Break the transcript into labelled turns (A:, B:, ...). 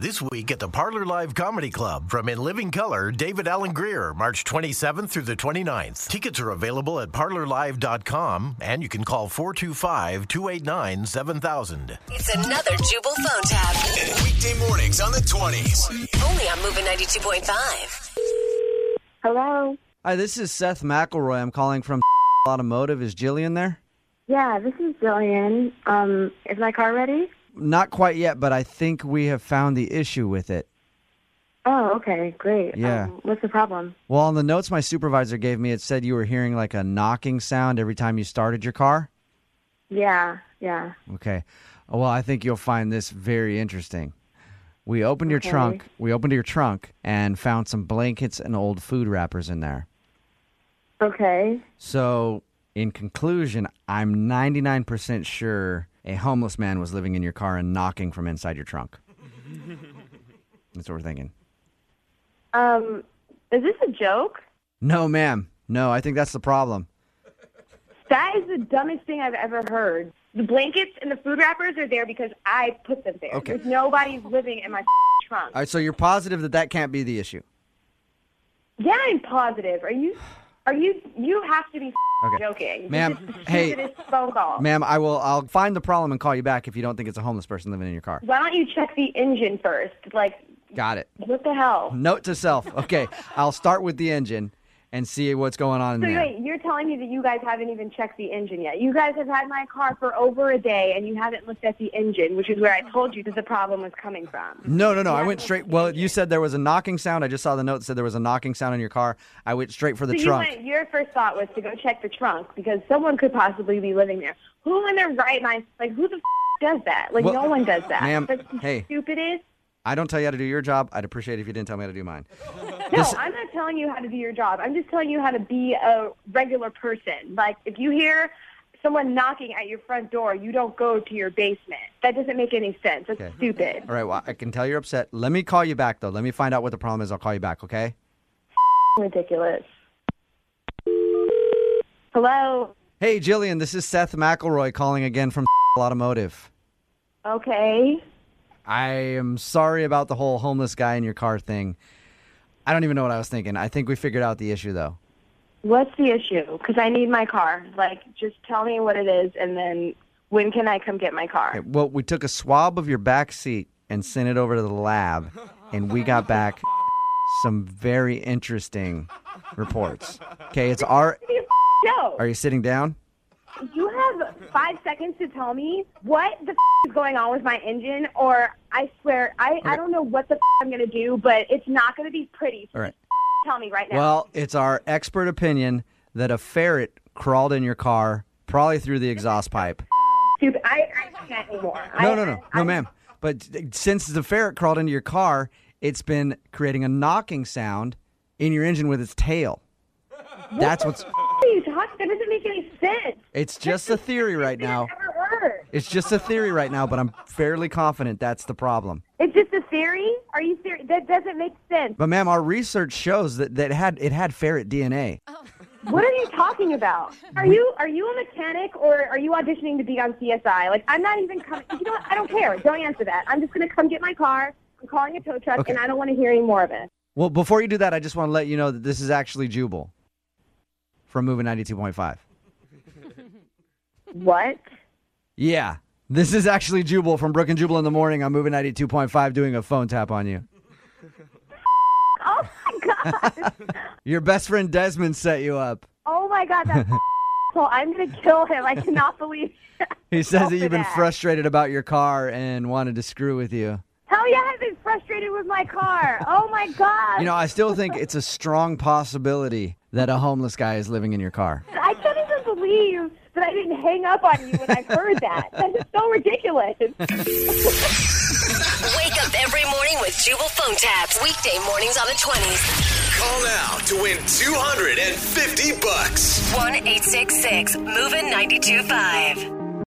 A: This week at the Parlor Live Comedy Club from In Living Color, David Allen Greer, March 27th through the 29th. Tickets are available at parlorlive.com and you can call 425 289 7000.
B: It's another Jubal phone tab.
C: Weekday mornings on the 20s.
B: Only on Moving 92.5.
D: Hello.
E: Hi, this is Seth McElroy. I'm calling from Automotive. Is Jillian there?
D: Yeah, this is Jillian. Um, is my car ready?
E: Not quite yet, but I think we have found the issue with it.
D: Oh, okay, great.
E: Yeah.
D: Um, what's the problem?
E: Well, on the notes my supervisor gave me, it said you were hearing like a knocking sound every time you started your car.
D: Yeah, yeah.
E: Okay. Well, I think you'll find this very interesting. We opened your
D: Okay.
E: trunk. We opened your trunk and found some blankets and old food wrappers in there.
D: Okay.
E: So, in conclusion, I'm 99% sure a homeless man was living in your car and knocking from inside your trunk. That's what we're thinking.
D: Um, is this a joke?
E: No, ma'am. No, I think that's the problem.
D: That is the dumbest thing I've ever heard.
F: The blankets and the food wrappers are there because I put them there.
E: Okay.
F: There's nobody living in my trunk.
E: All right, so you're positive that that can't be the issue.
F: yeah, I'm positive. Are you? Are you? You have to be
E: Okay.
F: joking,
E: Ma'am,
F: This is the
E: hey.
F: stupidest phone call.
E: Ma'am, I will I'll find the problem and call you back if you don't think it's a homeless person living in your car.
F: Why don't you check the engine first? Like,
E: Got it.
F: what the hell?
E: Note to self. Okay, I'll start with the engine and see what's going on in
F: So
E: there.
F: wait, you're telling me that you guys haven't even checked the engine yet? You guys have had my car for over a day and you haven't looked at the engine, which is where I told you that the problem was coming from.
E: No, no, no. I went straight. Well, you said there was a knocking sound. I just saw the note that said there was a knocking sound in your car. I went straight for the
F: So you
E: trunk.
F: went, your first thought was to go check the trunk because someone could possibly be living there. Who in their right mind, like who the f- does that? Like
E: Well,
F: no one does that.
E: ma'am,
F: That's the
E: hey.
F: stupidest.
E: I don't tell you how to do your job. I'd appreciate it if you didn't tell me how to do mine.
F: No,
E: This-
F: I'm not telling you how to do your job. I'm just telling you how to be a regular person. Like if you hear someone knocking at your front door, you don't go to your basement. That doesn't make any sense. That's
E: Okay.
F: stupid.
E: All right, well, I can tell you're upset. Let me call you back, though. Let me find out what the problem is. I'll call you back, okay?
F: Ridiculous. Hello.
E: Hey, Jillian, this is Seth McElroy calling again from Automotive.
F: Okay.
E: I am sorry about the whole homeless guy in your car thing. I don't even know what I was thinking. I think we figured out the issue, though.
F: What's the issue? Because I need my car. Like, just tell me what it is, and then when can I come get my car?
E: Well, we took a swab of your back seat and sent it over to the lab, and we got back some very interesting reports. Okay, it's our.
F: No,
E: Are you sitting down?
F: you have five seconds to tell me what the f- is going on with my engine, or I swear, I, I don't know what the f- I'm going to do, but it's not going to be pretty.
E: All right.
F: Tell me right now.
E: Well, it's our expert opinion that a ferret crawled in your car, probably through the exhaust pipe.
F: Dude, I, I can't anymore.
E: No,
F: I,
E: no, no,
F: I,
E: no, ma'am. But since the ferret crawled into your car, it's been creating a knocking sound in your engine with its tail. That's what's.
F: What are you talking? That doesn't make any sense.
E: It's just a theory right now.
F: I've never heard.
E: It's just a theory right now, but I'm fairly confident that's the problem.
F: It's just a theory. Are you serious? That doesn't make sense.
E: But ma'am, our research shows that, that it had it had ferret DNA.
F: What are you talking about? Are you are you a mechanic or are you auditioning to be on CSI? Like I'm not even coming. You know what? I don't care. Don't answer that. I'm just gonna come get my car. I'm calling a tow truck,
E: Okay.
F: and I don't want to hear any more of it.
E: Well, before you do that, I just want to let you know that this is actually Jubal from Moving 92.5.
F: What?
E: Yeah. This is actually Jubal from Brook and Jubal in the morning. I'm moving 92.5 doing a phone tap on you.
F: Oh my god!
E: Your best friend Desmond set you up.
F: Oh my god! That asshole! I'm gonna kill him. I cannot believe.
E: He says that
F: for
E: you've been
F: that.
E: frustrated about your car and wanted to screw with you.
F: Hell yeah! I've been frustrated with my car. Oh my god!
E: You know, I still think it's a strong possibility that a homeless guy is living in your car.
F: I can't even believe that I didn't hang up on you when I heard that. That is so ridiculous.
B: Wake up every morning with Jubal phone tabs. Weekday mornings on the 20s.
C: Call now to win 250 bucks.
B: 1 866 Moving 92.5.